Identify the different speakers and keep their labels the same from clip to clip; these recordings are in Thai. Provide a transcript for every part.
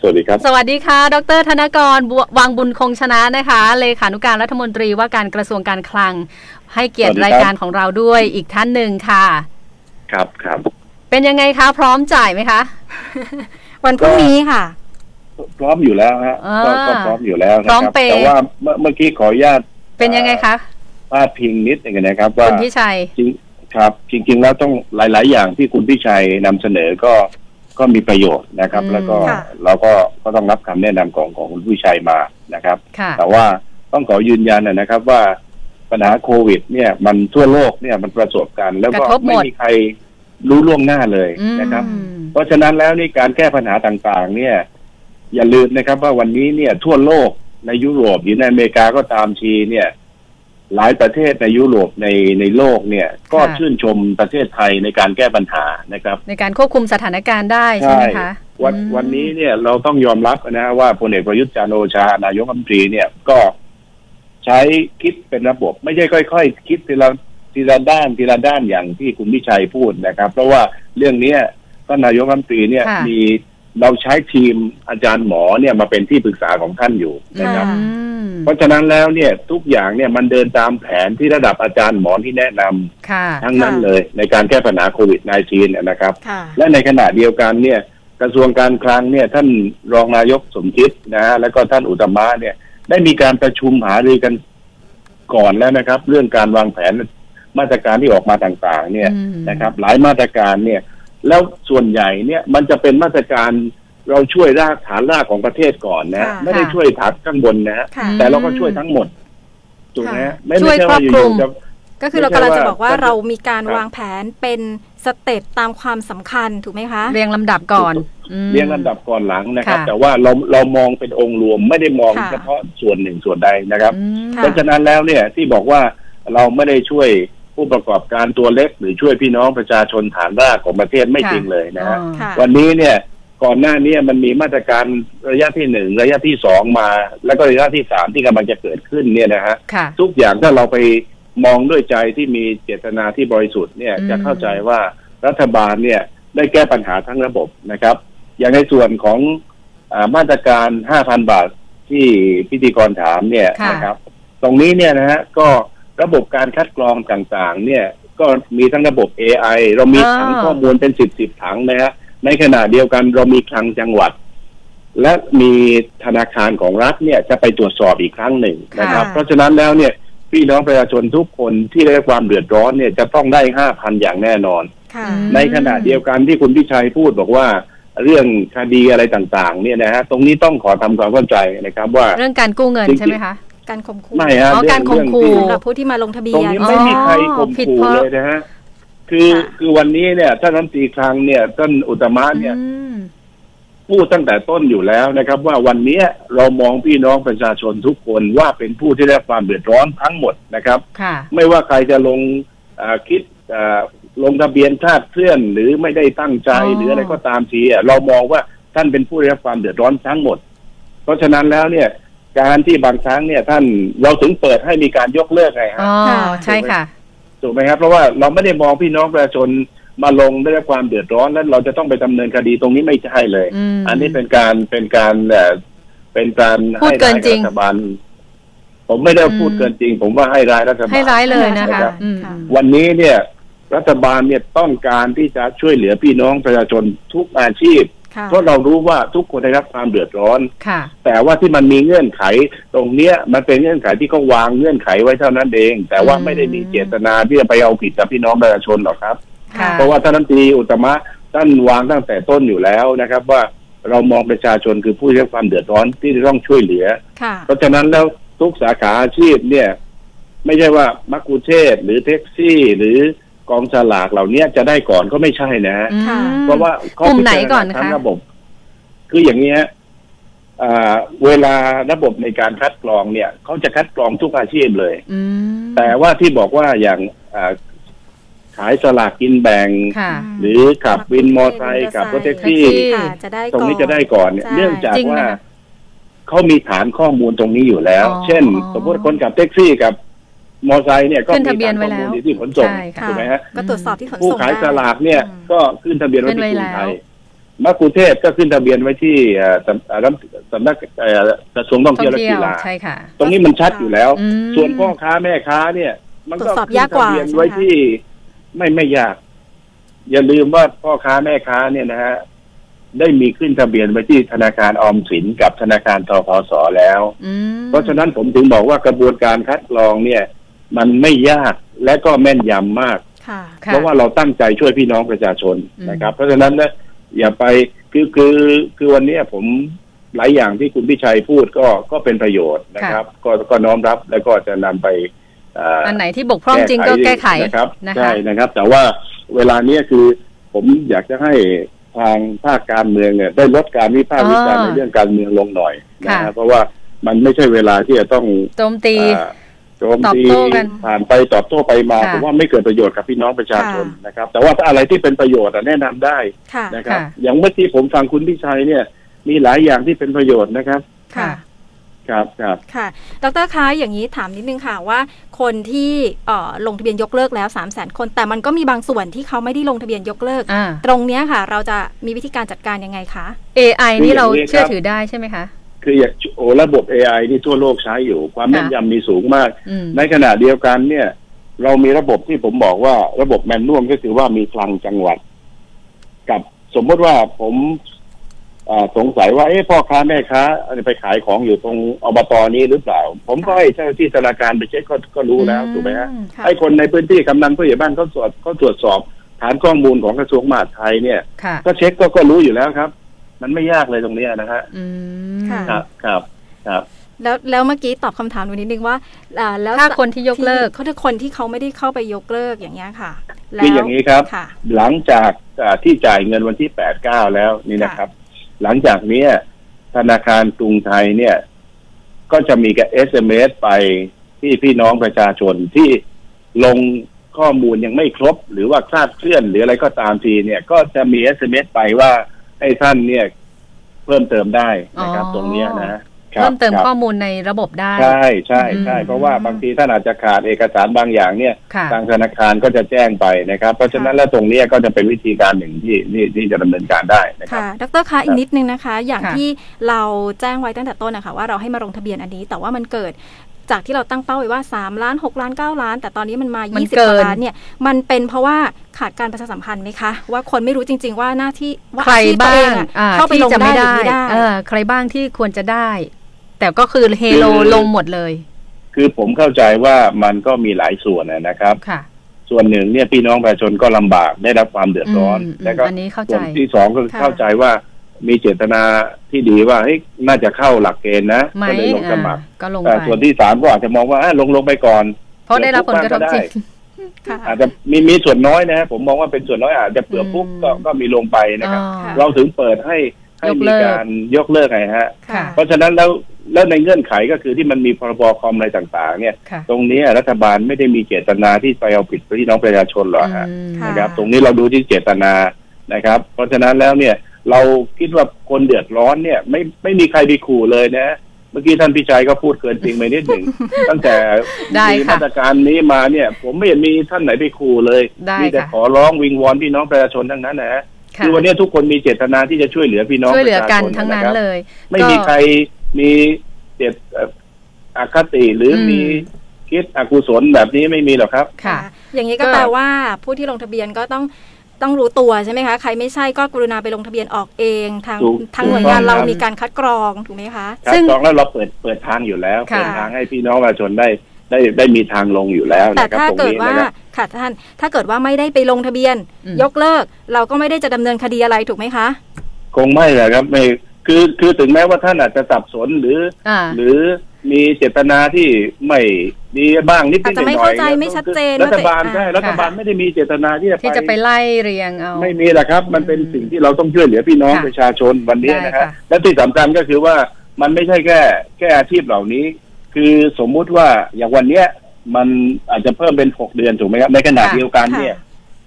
Speaker 1: สวัสดีครับ
Speaker 2: สวัสดีค่ะ ดร ธนกรบัววังบุญคงชนะนะคะ เลขานุการรัฐมนตรีว่าการกระทรวงการคลัง ให้เกียรติ
Speaker 1: สวัส
Speaker 2: รา
Speaker 1: ดี
Speaker 2: ย
Speaker 1: ครับ
Speaker 2: การของเราด้วยอีกท่านหนึ่งค่ะ
Speaker 1: ครับครับ
Speaker 2: เป็นยังไงคะ พร้อมจ่ายไหมคะ
Speaker 3: วันพรุ่งนี้ค่ะ
Speaker 1: พร้อมอยู่แล้วฮะ
Speaker 2: อ่า
Speaker 1: ก็ก็พร้อมอยู่แล้วนะ
Speaker 2: พร้อม
Speaker 1: ครับ
Speaker 2: เปย์
Speaker 1: แต่ว่าเมื่อเมื่อกี้ขออนุญาต
Speaker 2: เป็นยังไงคะ
Speaker 1: พาดพิงนิดหนึงนะครับ ว่า
Speaker 2: คุณพิชัย
Speaker 1: จริงครับ จริง ๆ แล้วต้องหลาย ๆ อย่างที่คุณพี่ชัยนำเสนอก็ก็มีประโยชน์นะครับ
Speaker 2: อืม
Speaker 1: แล้วก็
Speaker 3: ค่ะ
Speaker 1: เราก็ก็ต้องรับคำแนะนำของของคุณพี่ชัยมานะครับ
Speaker 2: ค่ะ
Speaker 1: แต่ว่าต้องขอยืนยันนะครับว่าปัญหาโควิด เนี่ยมันทั่วโลกเนี่ยมันประสบกัน แล้วก็
Speaker 2: กระทบหม
Speaker 1: ไม่
Speaker 2: ด
Speaker 1: มีใครรู้ล่วงหน้าเลย
Speaker 2: อืม
Speaker 1: นะครับ เพราะฉะนั้นแล้วนี่การแก้ปัญหาต่างๆ เนี่ย อย่าลืมนะครับว่าวันนี้เนี่ยทั่วโลกในยุโรปหรือในอเมริกาก็ตามทีเนี่ย หลายประเทศในยุโรปในในโลกเนี่ย ก็ชื่นชมประเทศไทยในการแก้ปัญหานะครับ
Speaker 2: ในการควบคุมสถานการณ์ได้ใช่ไหมคะ
Speaker 1: วัน
Speaker 2: อืม
Speaker 1: วันนี้เนี่ยเราต้องยอมรับนะฮะว่าพลเอกประยุทธ์จันทร์โอชานายกรัฐมนตรีเนี่ยก็ใช้คิดเป็นระบบไม่ใช่ค่อย ๆ คิดทีละทีละด้านทีละด้านอย่างที่คุณวิชัยพูดนะครับ เพราะว่าเรื่องเนี้ยท่านนายกรัฐมนตรีเนี่ย
Speaker 2: ค่ะ
Speaker 1: มีเราใช้ทีมอาจารย์หมอเนี่ยมาเป็นที่ปรึกษาของท่านอยู่นะครับ
Speaker 2: อืม
Speaker 1: เพราะฉะนั้นแล้วเนี่ยทุกอย่างเนี่ยมันเดินตามแผนที่ระดับอาจารย์หมอที่แนะนำ
Speaker 2: ค่ะ
Speaker 1: ทั้งนั้นเลย ในการแก้ปัญหาโควิด -19 เนี่ยนะครับ
Speaker 3: ค่ะ
Speaker 1: และในขณะเดียวกันเนี่ย กระทรวงการคลังเนี่ย ท่านรองนายกสมคิดนะฮะแล้วก็ท่านอุตมะเนี่ย ได้มีการประชุมหารือกันก่อนแล้วนะครับ เรื่องการวางแผนมาตรการที่ออกมาต่างๆ เนี่ย
Speaker 2: อืม
Speaker 1: นะครับ หลายมาตรการเนี่ย แล้วส่วนใหญ่เนี่ยมันจะเป็นมาตรการเราช่วยรากฐานรากของประเทศก่อนนะ
Speaker 3: ค่ะ
Speaker 1: ไม่ได้ช่วยฐานข้างบนนะฮะ
Speaker 3: ค่ะ
Speaker 2: อืม
Speaker 1: แต่เราก็ช่วยทั้งหมดถูกไหมฮะไม่ไม่ใช่ว่าอ
Speaker 2: ช่วยครอบคลุ
Speaker 1: ยู่
Speaker 2: ม
Speaker 1: ๆจะ
Speaker 3: ก็คือเรากำลังจะบอกว่า
Speaker 1: ไม่ใช่ว่า
Speaker 3: เรามีการวางแผนเป็นสเต็ปตามความสำคัญถูกไหมคะ
Speaker 2: เรียงลำดับก่อนอืม
Speaker 1: เรียงลำดับก่อนหลังนะครับ
Speaker 2: ค่ะ
Speaker 1: แต่ว่าเราเรามองเป็นองค์รวมไม่ได้มอง
Speaker 3: ค่ะ
Speaker 1: เฉพาะส่วนหนึ่งส่วนใดนะครับ
Speaker 2: อืม
Speaker 3: ค่ะ
Speaker 1: เพราะฉะนั้นแล้วเนี่ยที่บอกว่าเราไม่ได้ช่วยผู้ประกอบการตัวเล็ก หรือช่วยพี่น้องประชาชนฐานรากของประเทศไม่
Speaker 2: ค่ะ
Speaker 1: จริงเลยนะฮะ
Speaker 2: อ๋อ
Speaker 3: ค่ะ
Speaker 1: วันนี้เนี่ยก่อนหน้าเนี้มันมีมาตรการระยะที่หนึ่งระยะที่สองมา แล้วก็ระยะที่สามที่กำลังจะเกิดขึ้นเนี่ยนะฮะ
Speaker 2: ค่ะ
Speaker 1: ทุกอย่างถ้าเราไปมองด้วยใจที่มีเจตนาที่บริสุทธิ์เนี่ย
Speaker 2: อืม
Speaker 1: จะเข้าใจว่ารัฐบาลเนี่ยได้แก้ปัญหาทั้งระบบนะครับ อย่างในส่วนของอามาตรการ 5,000 บาทที่พิธีกรถามเนี่ย
Speaker 2: ค่ะ
Speaker 1: นะครับ ตรงนี้เนี่ยนะฮะก็ระบบการคัดกรองต่างๆ เนี่ยก็มีทั้งระบบ AI เรามี
Speaker 2: อ่า
Speaker 1: ถังข้อมูลเป็นสิบสิบถังนะฮะในขณะเดียวกันเรามีคลังจังหวัด และมีธนาคารของรัฐเนี่ยจะไปตรวจสอบอีกครั้งหนึ่งนะครับ
Speaker 3: ค่ะ
Speaker 1: เพราะฉะนั้นแล้วเนี่ยพี่น้องประชาชนทุกคนที่ได้รับความเดือดร้อนเนี่ยจะต้องได้ห้าพันอย่างแน่นอน
Speaker 3: ค่ะ
Speaker 2: อืม
Speaker 1: ในขณะเดียวกันที่คุณพิชัยพูดบอกว่า เรื่องคดีอะไรต่างๆ เนี่ยนะฮะตรงนี้ต้องขอทำความเข้าใจนะครับว่า
Speaker 2: เรื่องการกู้เงินใช่ไหมคะ
Speaker 3: การข่มขู่
Speaker 1: ไม่ฮะ
Speaker 2: อ๋อ
Speaker 1: เรื่อง
Speaker 2: การข่มขู่
Speaker 1: เรื่องที่
Speaker 3: สำหรับผู้ที่มาลงทะเบี
Speaker 1: ตรง
Speaker 3: ยน
Speaker 1: นี้ไม่มีใครข่ม
Speaker 2: ผิด
Speaker 1: ขู่
Speaker 2: เพราะ
Speaker 1: เลยนะฮะคือ
Speaker 3: ค่ะ
Speaker 1: คือวันนี้เนี่ยท่านรัฐมนตรีคลังเนี่ยท่านอุตมะเนี่ย
Speaker 2: อืม
Speaker 1: พูดตั้งแต่ต้นอยู่แล้วนะครับ ว่าวันนี้เรามองพี่น้องประชาชนทุกคนว่าเป็นผู้ที่ได้รับความเดือดร้อนทั้งหมดนะครับ
Speaker 2: ค่ะ
Speaker 1: ไม่ว่าใครจะลงเอ่อคิดเอ่อลงทะเบียนคลาดเคลื่อนหรือไม่ได้ตั้งใจ
Speaker 2: อ๋อ
Speaker 1: หรืออะไรก็ตามทีอะเรามองว่าท่านเป็นผู้ได้รับความเดือดร้อนทั้งหมด เพราะฉะนั้นแล้วเนี่ย การที่บางครั้งเนี่ย ท่านเราถึงเปิดให้มีการยกเลิกไงฮะ
Speaker 2: อ๋อ ใช่ค่ะ
Speaker 1: ถูกไหมครับเพราะว่าเราไม่ได้มองพี่น้องประชาชนมาลงได้รับความเดือดร้อนแล้วเราจะต้องไปดำเนินคดีตรงนี้ไม่ใช่เลย
Speaker 2: ม
Speaker 1: อันนี้เป็นการเป็นการเอ่อเป็นการ
Speaker 2: พู
Speaker 1: ให้
Speaker 2: ดเกิ
Speaker 1: ร้าน ย
Speaker 2: จริ
Speaker 1: รั
Speaker 2: ง
Speaker 1: ฐบาลผมไม่ได้ว่า
Speaker 2: อืม
Speaker 1: พูดเกินจริง ผมว่าให้ร้ายรัฐบาล
Speaker 2: ให้ร้ายเลยนะ
Speaker 1: นะ
Speaker 2: คะ
Speaker 1: ครับ
Speaker 2: อืม
Speaker 3: ค่ะ
Speaker 1: วันนี้เนี่ยรัฐบาลเนี่ยต้องการที่จะช่วยเหลือพี่น้องประชาชนทุกอาชีพ
Speaker 3: ค่ะ
Speaker 1: เพราะเรารู้ว่าทุกคนได้รับความเดือดร้อน
Speaker 2: ค่ะ
Speaker 1: แต่ว่าที่มันมีเงื่อนไข ตรงเนี้ยมันเป็นเงื่อนไขที่เขาวางเงื่อนไขไว้เท่านั้นเอง แต่ว่า
Speaker 2: อืม
Speaker 1: ไม่ได้มีเจตนาที่จะไปเอาผิดกับพี่น้องประชาชนหรอกครับ
Speaker 2: ค่ะ
Speaker 1: เพราะว่าท่านรัฐมนตรีอุตตมะท่านวางตั้งแต่ต้นอยู่แล้วนะครับ ว่าเรามองประชาชนคือผู้ได้รับความเดือดร้อนที่จะต้องช่วยเหลือ
Speaker 3: ค่ะ
Speaker 1: เพราะฉะนั้นแล้วทุกสาขาอาชีพเนี่ย ไม่ใช่ว่ามักคุเทศก์หรือแท็กซี่หรือกองสลากเหล่านี้จะได้ก่อนก็ไม่ใช่นะฮะ
Speaker 2: อืม
Speaker 3: ค่ะ
Speaker 1: เพราะว่าเขา
Speaker 2: กลุ่ม
Speaker 1: พิ
Speaker 2: ไหน
Speaker 1: จาร
Speaker 2: ก่
Speaker 1: ณา
Speaker 2: อนคะ
Speaker 1: ทั้งระบบ คืออย่างนี้ฮะอ่าเวลาระบบในการคัดกรองเนี่ยเขาจะคัดกรองทุกอาชีพเลย
Speaker 2: อืม
Speaker 1: แต่ว่าที่บอกว่าอย่างอ่าขายสลากกินแบ่ง
Speaker 2: ค่ะ
Speaker 1: หรือขับวินมอเตอร์ไซค์ขับรถแท็กซี่
Speaker 2: แท็กซี่
Speaker 3: ค่ะ จะได้
Speaker 1: ตรงนี้
Speaker 3: ก่อ
Speaker 1: จะได้ก่อนเนี่ย
Speaker 3: ใช่
Speaker 1: เนื่องจาก
Speaker 2: จริงไหม
Speaker 1: ว่า
Speaker 2: คะ
Speaker 1: เขามีฐานข้อมูลตรงนี้อยู่แล้ว
Speaker 2: อ๋อ
Speaker 1: เช่น สมมติคนขับแท็กซี่กับ มอเตอร์ไซค์เนี่ยก็
Speaker 2: ขึ้น
Speaker 1: มี
Speaker 2: ทะเบีย
Speaker 1: ฐาน น
Speaker 2: ไว้
Speaker 1: ข้อ
Speaker 2: แล้
Speaker 1: มู
Speaker 2: ว
Speaker 1: ลที่ขนส่ง
Speaker 2: ใช่ค่ะ
Speaker 1: ถูกไหมฮะ
Speaker 3: ก็ตรวจสอบที่ขนส่ง
Speaker 1: ผู้ขาย
Speaker 3: ได้
Speaker 1: สลากเนี่ย
Speaker 3: อืม
Speaker 1: ก็ขึ้นทะเบียนไว้
Speaker 2: ขึ้นไว้
Speaker 1: ที่กรุง
Speaker 2: แล้ว
Speaker 1: ไทย มะกุเทศก็ขึ้นทะเบียนไว้ที่เอ่อสำเอ่อสำสำนักเอ่อกระทรวงท่อง
Speaker 2: ท่อ
Speaker 1: เที่ยวและ
Speaker 2: งเที่ย
Speaker 1: กี
Speaker 2: ว
Speaker 1: ฬา
Speaker 2: ใช่ค่ะ
Speaker 1: ตรงนี้มันชัดอยู่แล้ว
Speaker 2: อืม
Speaker 1: ส่วนพ่อค้าแม่ค้าเนี่ย มัน
Speaker 3: ตร
Speaker 1: ก็
Speaker 3: วจสอบ
Speaker 1: ขึ้น
Speaker 3: ยากกว่า
Speaker 1: ทะเบียน
Speaker 3: ใช่ไหมคะ
Speaker 1: ไว้ที่ไม่ไม่ยาก อย่าลืมว่าพ่อค้าแม่ค้าเนี่ยนะฮะได้มีขึ้นทะเบียนไว้ที่ธนาคารออมสินกับธนาคารทกสแล้ว
Speaker 2: อืม
Speaker 1: เพราะฉะนั้นผมถึงบอกว่ากระบวนการคัดกรองเนี่ย มันไม่ยากและก็แม่นยำมาก
Speaker 3: ค่ะ
Speaker 2: ค่
Speaker 1: เพราะว่าเราตั้งใจช่วยพี่น้องประชาชน
Speaker 2: อืม
Speaker 1: นะครับ เพราะฉะนั้นนะอย่าไปคือคือคือวันเนี้ยผมหลายอย่างที่คุณพิชัยพูดก็ก็เป็นประโยชน์นะครับ ก็ก็น้อมรับแล้วก็จะนำไปเอ่ออ
Speaker 2: อันไหนที่บกพร่องจริงก็แก้ไข
Speaker 1: นะครับ
Speaker 2: นะคะ
Speaker 1: ใช่นะครับ แต่ว่าเวลาเนี้ยคือผมอยากจะให้ทางภาคการเมืองเนี่ยได้ลดการวิพากษ์วิจารณ์
Speaker 2: อ๋อ
Speaker 1: ในเรื่องการเมืองลงหน่อยนะ
Speaker 2: ค่ะ
Speaker 1: ฮะเพราะว่ามันไม่ใช่เวลาที่จะต้อง
Speaker 2: โจมตี
Speaker 1: อ่าโจม
Speaker 2: ตอบ
Speaker 1: ตี
Speaker 2: โต้กัน
Speaker 1: ผ่านไปตอบโต้ไปมา
Speaker 2: ค่ะ
Speaker 1: ผมว่าไม่เกิดประโยชน์กับพี่น้องประชาชน
Speaker 3: ค่ะ
Speaker 1: นะครับ แต่ว่าถ้าอะไรที่เป็นประโยชน์อะแนะนำได้
Speaker 3: ค่ะ
Speaker 1: นะครับ อย่างเมื่อกี้ผมฟังคุณพิชัยเนี่ย มีหลายอย่างที่เป็นประโยชน์นะครับ
Speaker 3: ค่ะ
Speaker 1: ครับครับ
Speaker 3: ค่ะ ดรคะ อย่างนี้ถามนิดนึงค่ะว่า คนที่เอ่อลงทะเบียนยกเลิกแล้ว 3 0 0 0 0 0 คน แต่มันก็มีบางส่วนที่เขาไม่ได้ลงทะเบียนยกเลิก
Speaker 2: อ่า
Speaker 3: ตรงเนี้ยค่ะ เราจะมีวิธีการจัดการยังไงคะ
Speaker 2: AI นี่เราเชื่อถือได้ใช่ไหมคะ
Speaker 1: คืออย่างโอระบบ AI ที่ทั่วโลกใช้อยู่ ความ
Speaker 2: ค่ะ
Speaker 1: แม่นยำมีสูงมาก
Speaker 2: อืม
Speaker 1: ในขณะเดียวกันเนี่ย เรามีระบบที่ผมบอกว่าระบบแมนนวลก็คือว่ามีคลังจังหวัด กับสมมติว่าผมเอ่อสงสัยว่าเอ๊ะพ่อค้าแม่ค้าไปขายของอยู่ตรงอบตนี้หรือเปล่า ผมก็ให้เจ้าหน้าที่ธนาคารไปเช็คก็ก็รู้แล้วถูกไหมฮะ
Speaker 2: อื
Speaker 3: ค่ะ
Speaker 1: ให้คนในพื้นที่กำนันผู้ใหญ่บ้านเขาตรวจเขาตรวจสอบ ฐานข้อมูลของกระทรวงมหาดไทยเนี่ย
Speaker 2: ค่ะ
Speaker 1: ก็เช็คก็ก็รู้อยู่แล้วครับ มันไม่ยากเลยตรงเนี้ยนะฮะ
Speaker 2: อืม
Speaker 3: ค่ะ
Speaker 1: ครับครับ ครับ
Speaker 3: แล้ว แล้วเมื่อกี้ตอบคำถามหนูนิดนึงว่าอ่าแล้ว
Speaker 2: ถ้าคนที่ยกเลิก
Speaker 3: ที่คนที่เขาไม่ได้เข้าไปยกเลิกอย่างเงี้ยค่ะ แล้ว
Speaker 1: คืออย่างนี้ครับ
Speaker 3: ค่ะ
Speaker 1: หลังจากอ่าที่จ่ายเงินวันที่แปดเก้าแล้วนี่นะครับ หลังจากเนี้ยธนาคารกรุงไทยเนี่ย ก็จะมีกับเอสเมไปที่พี่น้องประชาชนที่ลงข้อมูลยังไม่ครบ หรือว่าคลาดเคลื่อนหรืออะไรก็ตามทีเนี่ย ก็จะมีเอสเมไปว่าให้ท่านเนี่ย เพิ่มเติมได้นะครับ
Speaker 2: อ๋อ
Speaker 1: ตรงเนี้ยนะครั
Speaker 2: เพิ่
Speaker 1: บ
Speaker 2: มเติม
Speaker 1: ครับ
Speaker 2: ข้อมูลในระบบได้
Speaker 1: ใช่ใช่ใช่
Speaker 2: อืม
Speaker 1: เพราะว่าบางทีท่านอาจจะขาดเอกสารบางอย่างเนี่ย
Speaker 2: ค่ะ
Speaker 1: ทางธนาคารก็จะแจ้งไปนะครับ เพราะฉะนั้นแล้วตรงเนี้ยก็จะเป็นวิธีการหนึ่งที่ที่ที่จะดำเนินการได้นะครับ
Speaker 3: ค่ะ ดรคะ อีกนิดนึงนะคะ อย่าง
Speaker 2: ค่ะ
Speaker 3: ที่เราแจ้งไว้ตั้งแต่ต้นนะคะว่าเราให้มาลงทะเบียนอันนี้ แต่ว่ามันเกิดจากที่เราตั้งเป้าไว้ว่า 3 ล้าน 6 ล้าน 9 ล้าน แต่ตอนนี้มันมา
Speaker 2: มัน
Speaker 3: 20
Speaker 2: เกิ
Speaker 3: ก
Speaker 2: น
Speaker 3: ว่าล้านเนี่ย มันเป็นเพราะว่าขาดการประชาสัมพันธ์ไหมคะ ว่าคนไม่รู้จริง ๆ ว่าหน้าที่ว่า
Speaker 2: ใคร
Speaker 3: อพตัว
Speaker 2: บ้า
Speaker 3: เอง อะ
Speaker 2: อ่า
Speaker 3: เข้าไป
Speaker 2: ที่
Speaker 3: ลง
Speaker 2: จะ
Speaker 3: ได้
Speaker 2: ไม่
Speaker 3: หรื
Speaker 2: ได้
Speaker 3: อไม่ได้
Speaker 2: เออใครบ้างที่ควรจะได้ แต่ก็คือเฮโล
Speaker 1: คือ
Speaker 2: ลงหมดเลย
Speaker 1: คือผมเข้าใจว่ามันก็มีหลายส่วนนะนะครับ
Speaker 2: ค่ะ
Speaker 1: ส่วนหนึ่งเนี่ยพี่น้องประชาชนก็ลำบากได้รับความเดือดร้อน
Speaker 2: ม
Speaker 1: แล้วก็
Speaker 2: อันนี้เข้า
Speaker 1: ส่
Speaker 2: ใจ
Speaker 1: วนที่สองก็คือ
Speaker 3: ค่ะ
Speaker 1: เข้าใจว่ามีเจตนาที่ดีว่าเฮ้ยน่าจะเข้าหลักเกณฑ์นะ
Speaker 2: ไหม
Speaker 1: ก็เลยลงส
Speaker 2: อ่า
Speaker 1: มัคร
Speaker 2: ก็ลง
Speaker 1: แต่
Speaker 2: ไป
Speaker 1: ส่วนที่สามก็อาจจะมองว่าอ่ะลงลงไปก่อน
Speaker 2: เพราะได้รับผลกระทบจริง
Speaker 3: ค่ะ
Speaker 1: อาจจะมีมีส่วนน้อยนะ ผมมองว่าเป็นส่วนน้อยอาจจะเปลือกปุ๊บก็
Speaker 2: อืม
Speaker 1: ก็มีลงไปนะครับ
Speaker 2: อ๋อ
Speaker 1: เราถึงเปิดให้ให้มี
Speaker 2: ยกเลิก
Speaker 1: การยกเลิกไงฮะ
Speaker 2: ค่ะ
Speaker 1: เพราะฉะนั้นแล้วแล้วในเงื่อนไขก็คือที่มันมีพรบคอมอะไรต่าง ๆ เนี่ย
Speaker 2: ค่ะ
Speaker 1: ตรงนี้รัฐบาลไม่ได้มีเจตนาที่ไปเอาผิดพี่น้องประชาชนหรอกฮะ
Speaker 2: อืม
Speaker 3: ค่ะ
Speaker 1: นะครับ ตรงนี้เราดูที่เจตนานะครับ เพราะฉะนั้นแล้วเนี่ย เราคิดว่าคนเดือดร้อนเนี่ย ไม่ไม่มีใครไปขู่เลยนะ เมื่อกี้ท่านพิชัยก็พูดเกินจริงไปนิดหนึ่ง ตั้งแต่
Speaker 2: ได้
Speaker 1: มี
Speaker 2: ค่ะ
Speaker 1: มาตรการนี้มาเนี่ย ผมไม่เห็นมีท่านไหนไปขู่เลย
Speaker 2: ได้
Speaker 1: มีแต่
Speaker 2: ค่ะ
Speaker 1: ขอร้องวิงวอนพี่น้องประชาชนทั้งนั้นนะฮะ
Speaker 2: ค่ะ
Speaker 1: คือวันนี้ทุกคนมีเจตนาที่จะช่วยเหลือพี่น้อง
Speaker 2: ช่วยเหลือกัน
Speaker 1: ประชาช
Speaker 2: ทั้งนั้นะ
Speaker 1: ค
Speaker 2: เล
Speaker 1: รับ
Speaker 2: ย
Speaker 1: ไม่มีใครมีเจตเอ่ออคติหรืออ
Speaker 2: ม
Speaker 1: มีคิดอกุศลแบบนี้ไม่มีหรอกครับ
Speaker 2: ค่ะ
Speaker 3: อย่างนี้ก็
Speaker 2: ก็
Speaker 3: แปลว่าผู้ที่ลงทะเบียนก็ต้องต้องรู้ตัวใช่ไหมคะ ใครไม่ใช่ก็กรุณาไปลงทะเบียนออกเอง ทาง
Speaker 1: ถูก
Speaker 3: ทางหน่วยงาน
Speaker 1: ถูกต้อง
Speaker 3: เรา
Speaker 1: ครับ
Speaker 3: มีการคัดกรองถูกไหมคะ
Speaker 1: ครับ
Speaker 2: ซึ่ง
Speaker 1: ตองแล้วเราเปิดเปิดทางอยู่แล้ว
Speaker 2: ค่ะ
Speaker 1: เปิดทางให้พี่น้องประชาชนได้ได้ได้มีทางลงอยู่แล้ว
Speaker 3: แต่
Speaker 1: นะครับ
Speaker 3: ถ้า
Speaker 1: ตรง
Speaker 3: เกิด
Speaker 1: นี้
Speaker 3: ว่า
Speaker 1: นะครับ
Speaker 3: ค่ะท่าน ถ้าเกิดว่าไม่ได้ไปลงทะเบียน
Speaker 2: อืม
Speaker 3: ยกเลิก เราก็ไม่ได้จะดำเนินคดีอะไรถูกไหมคะ
Speaker 1: คงไม่แหละครับไม่คือคือถึงแม้ว่าท่านอาจจะสับสนหรือ
Speaker 2: อ่า
Speaker 1: หรือมีเจตนาที่ไม่ดีบ้างนิดนิ
Speaker 3: อา
Speaker 1: ดห
Speaker 3: จจะไม่
Speaker 1: น่อยๆ
Speaker 3: เข้าใจไม่ชัดเจน
Speaker 1: รัฐบาล
Speaker 3: ว่าตัวเอง
Speaker 1: ใช่รัฐบาล
Speaker 2: ค่ะ
Speaker 1: ไม่ได้มีเจตนาที่จะ
Speaker 2: ที่จะไป
Speaker 1: ไป
Speaker 2: ไล่เรียงเอา
Speaker 1: ไม่มีแหละครับ มันเป็น
Speaker 2: อืม
Speaker 1: สิ่งที่เราต้องช่วยเหลือพี่น้อง
Speaker 2: ค่ะ
Speaker 1: ประชาชนวันนี้นะ
Speaker 2: ได้
Speaker 1: ฮะ
Speaker 2: ค่ะ
Speaker 1: และที่สำคัญก็คือว่ามันไม่ใช่แค่แค่อาชีพเหล่านี้ คือสมมุติว่าอย่างวันเนี้ยมันอาจจะเพิ่มเป็นหกเดือนถูกไหมครับในขณะเดียวกันเนี่ย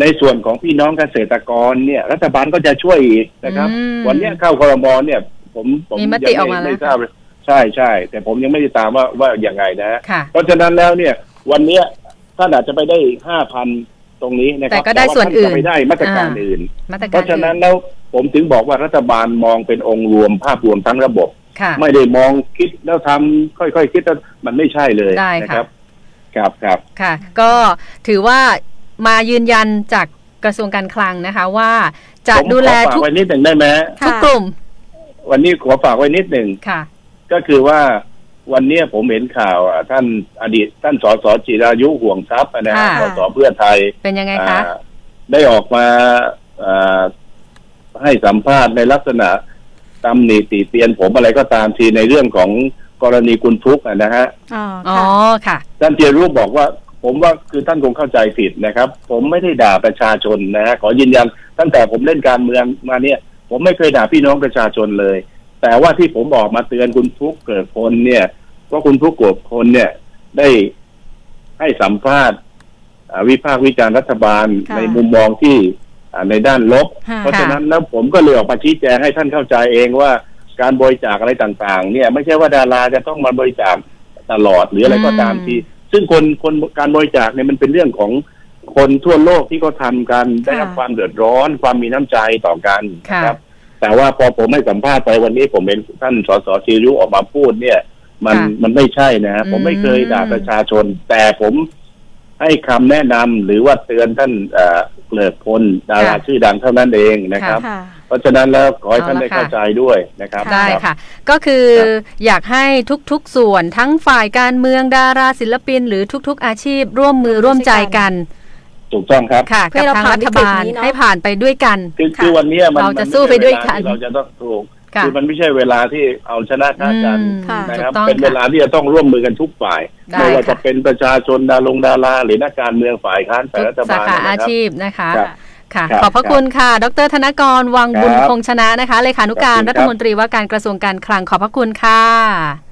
Speaker 1: ในส่วนของพี่น้องเกษตรกรเนี่ย รัฐบาลก็จะช่วยอีกนะครับ
Speaker 2: อืม
Speaker 1: วันเนี้ยเข้าครมเนี่ย ผมผม
Speaker 2: มี
Speaker 1: ยัง
Speaker 2: มติออกมาแล้ว
Speaker 1: ไม่ทราบเลยใช่ใช่แต่ผมยังไม่ได้ตามว่าว่าอย่างไงนะฮะ
Speaker 2: ค่ะ
Speaker 1: เพราะฉะนั้นแล้วเนี่ย วันเนี้ยท่านอาจจะไปได้ห้าพัน ตรงนี้นะครั
Speaker 2: แต่ก็ได้ส่วนอื่น
Speaker 1: แต่ว่ามัจะไม่ได้มาตรการอื่น
Speaker 2: มาตร
Speaker 1: เพ
Speaker 2: การ
Speaker 1: ราะฉะนั้นแล้วผมถึงบอกว่ารัฐบาลมองเป็นองค์รวมภาพรวมทั้งระบบ
Speaker 2: ค่ะ
Speaker 1: ไม่ได้มองคิดแล้วทำค่อยๆคิดแล้วมันไม่ใช่เลย
Speaker 2: ได้
Speaker 1: นะค
Speaker 2: ค่ะ
Speaker 1: รับ ครับครับ
Speaker 2: ค่ะ ก็ถือว่ามายืนยันจากกระทรวงการคลังนะคะว่า จะ
Speaker 1: ผม
Speaker 2: ดูแล
Speaker 1: ขอฝา
Speaker 2: ทุ
Speaker 1: ก
Speaker 2: ก
Speaker 1: ไว้นิดหนึ่งได้ไหมฮะ
Speaker 2: ทุก
Speaker 3: ค่ะ
Speaker 2: กลุ่ม
Speaker 1: วันนี้ขอฝากไว้นิดหนึ่ง
Speaker 2: ค่ะ
Speaker 1: ก็คือว่าวันเนี้ยผมเห็นข่าวอ่ะท่านอดีตท่านสสจิรายุห่วงทรัพย์นะฮะ
Speaker 2: อ่า
Speaker 1: สสเพื่อไทย
Speaker 2: เป็นยังไงคะ
Speaker 1: อ่าได้ออกมาอ่าให้สัมภาษณ์ในลักษณะตำหนิติเตียนผมอะไรก็ตามทีในเรื่องของกรณีคุณทุกข์อ่ะนะฮะ
Speaker 3: อ๋อ
Speaker 2: อ๋อ
Speaker 3: ค่ะ
Speaker 2: ค่ะ
Speaker 1: ท่านเจรูปบอกว่า ผมว่าคือท่านคงเข้าใจผิดนะครับ ผมไม่ได้ด่าประชาชนนะฮะขอยืนยัน ตั้งแต่ผมเล่นการเมืองมาเนี่ย ผมไม่เคยด่าพี่น้องประชาชนเลย แต่ว่าที่ผมออกมาเตือนคุณทุกเกิดคนเนี่ยว่าคุณทุกเกิดคนเนี่ย ได้ให้สัมภาษณ์อ่าวิพากษ์วิจารณ์รัฐบาล
Speaker 3: ค่ะ
Speaker 1: ในมุมมองที่อ่าในด้านลบ
Speaker 3: ค่ะ
Speaker 1: เพราะฉะนั้นแล้วผมก็เลยออกมาชี้แจงให้ท่านเข้าใจเองว่าการบริจาคอะไรต่างๆ เนี่ย ไม่ใช่ว่าดาราจะต้องมาบริจาคตลอดหรืออะไรก็ตาม
Speaker 2: อืม
Speaker 1: ทีซึ่งคนคนการบริจาคเนี่ยมันเป็นเรื่องของคนทั่วโลกที่เขาทำกันได้รับ
Speaker 3: ค่ะ
Speaker 1: ความเดือดร้อน ความมีน้ำใจต่อกัน
Speaker 2: ค่ะ
Speaker 1: นะครับ แต่ว่าพอผมให้สัมภาษณ์ไปวันนี้ผมเห็นท่านสสชีรุออกมาพูดเนี่ย มัน
Speaker 2: ค่ะ
Speaker 1: มันไม่ใช่นะฮะผมไม่เคยด่า
Speaker 2: อืม
Speaker 1: ประชาชน แต่ผมให้คำแนะนำหรือว่าเตือนท่านเอ่อเกลิกพลดาราชื่อดังเท่านั้นเองนะครับ
Speaker 3: ค่ะ
Speaker 1: เพราะฉะนั้นแล้วขอให้ท่านได้เข้าใจด้วยนะครับ
Speaker 2: ได้
Speaker 1: ครับ
Speaker 2: ค่ะ ก็คือ
Speaker 1: ครับ
Speaker 2: อยากให้ทุกๆส่วนทั้งฝ่ายการเมืองดาราศิลปิน หรือทุกๆอาชีพ ร่วมมือร่วมใจกัน
Speaker 1: ถูกต้องครับ
Speaker 2: ค่ะ
Speaker 3: เพื่
Speaker 2: กับ
Speaker 3: อเรา
Speaker 2: ทางรัฐ
Speaker 3: ผ่าน
Speaker 2: บาล
Speaker 3: วิกฤตนี้เนอะ
Speaker 2: ให้ผ่านไปด้วยกัน
Speaker 1: คือ
Speaker 3: ค่ะ
Speaker 1: คือวันนี้มัน
Speaker 2: เราจะ
Speaker 1: มัน
Speaker 2: สู้ไปด้วยกัน
Speaker 1: ม่ใช่เาที่เราจะต้องถูก
Speaker 2: ค่ะ
Speaker 1: คือมันไม่ใช่เวลาที่เอาชนะ
Speaker 2: อื
Speaker 1: ท่ากัน
Speaker 2: ม
Speaker 3: ค่ะ
Speaker 1: นะ
Speaker 2: ถู
Speaker 1: ค
Speaker 2: ก
Speaker 1: รับ
Speaker 2: ต้อง
Speaker 1: เป็นเวลา
Speaker 2: ค่ะ
Speaker 1: ที่จะต้องร่วมมือกันทุกฝ่าย
Speaker 2: ได้
Speaker 1: ไม่ว่า
Speaker 2: ค่ะ
Speaker 1: จะเป็นประชาชนดารงดาราหรือนักการเมืองฝ่ายค้านฝ่ายรัฐ
Speaker 2: ทุกสา
Speaker 1: บาล
Speaker 2: ขา
Speaker 1: นะ
Speaker 2: อา
Speaker 1: ครับ
Speaker 2: ชีพนะคะ
Speaker 1: ครับ
Speaker 2: ค่ะ
Speaker 1: ครับ
Speaker 2: ขอบพระคุณค่ะ ดร ธนกร วังบุญ
Speaker 1: ครับ
Speaker 2: คงชนะนะคะ เลขานุการ
Speaker 1: ขอบคุณครับ
Speaker 2: รัฐมนตรีว่าการกระทรวงการคลัง ขอบพระคุณค่ะ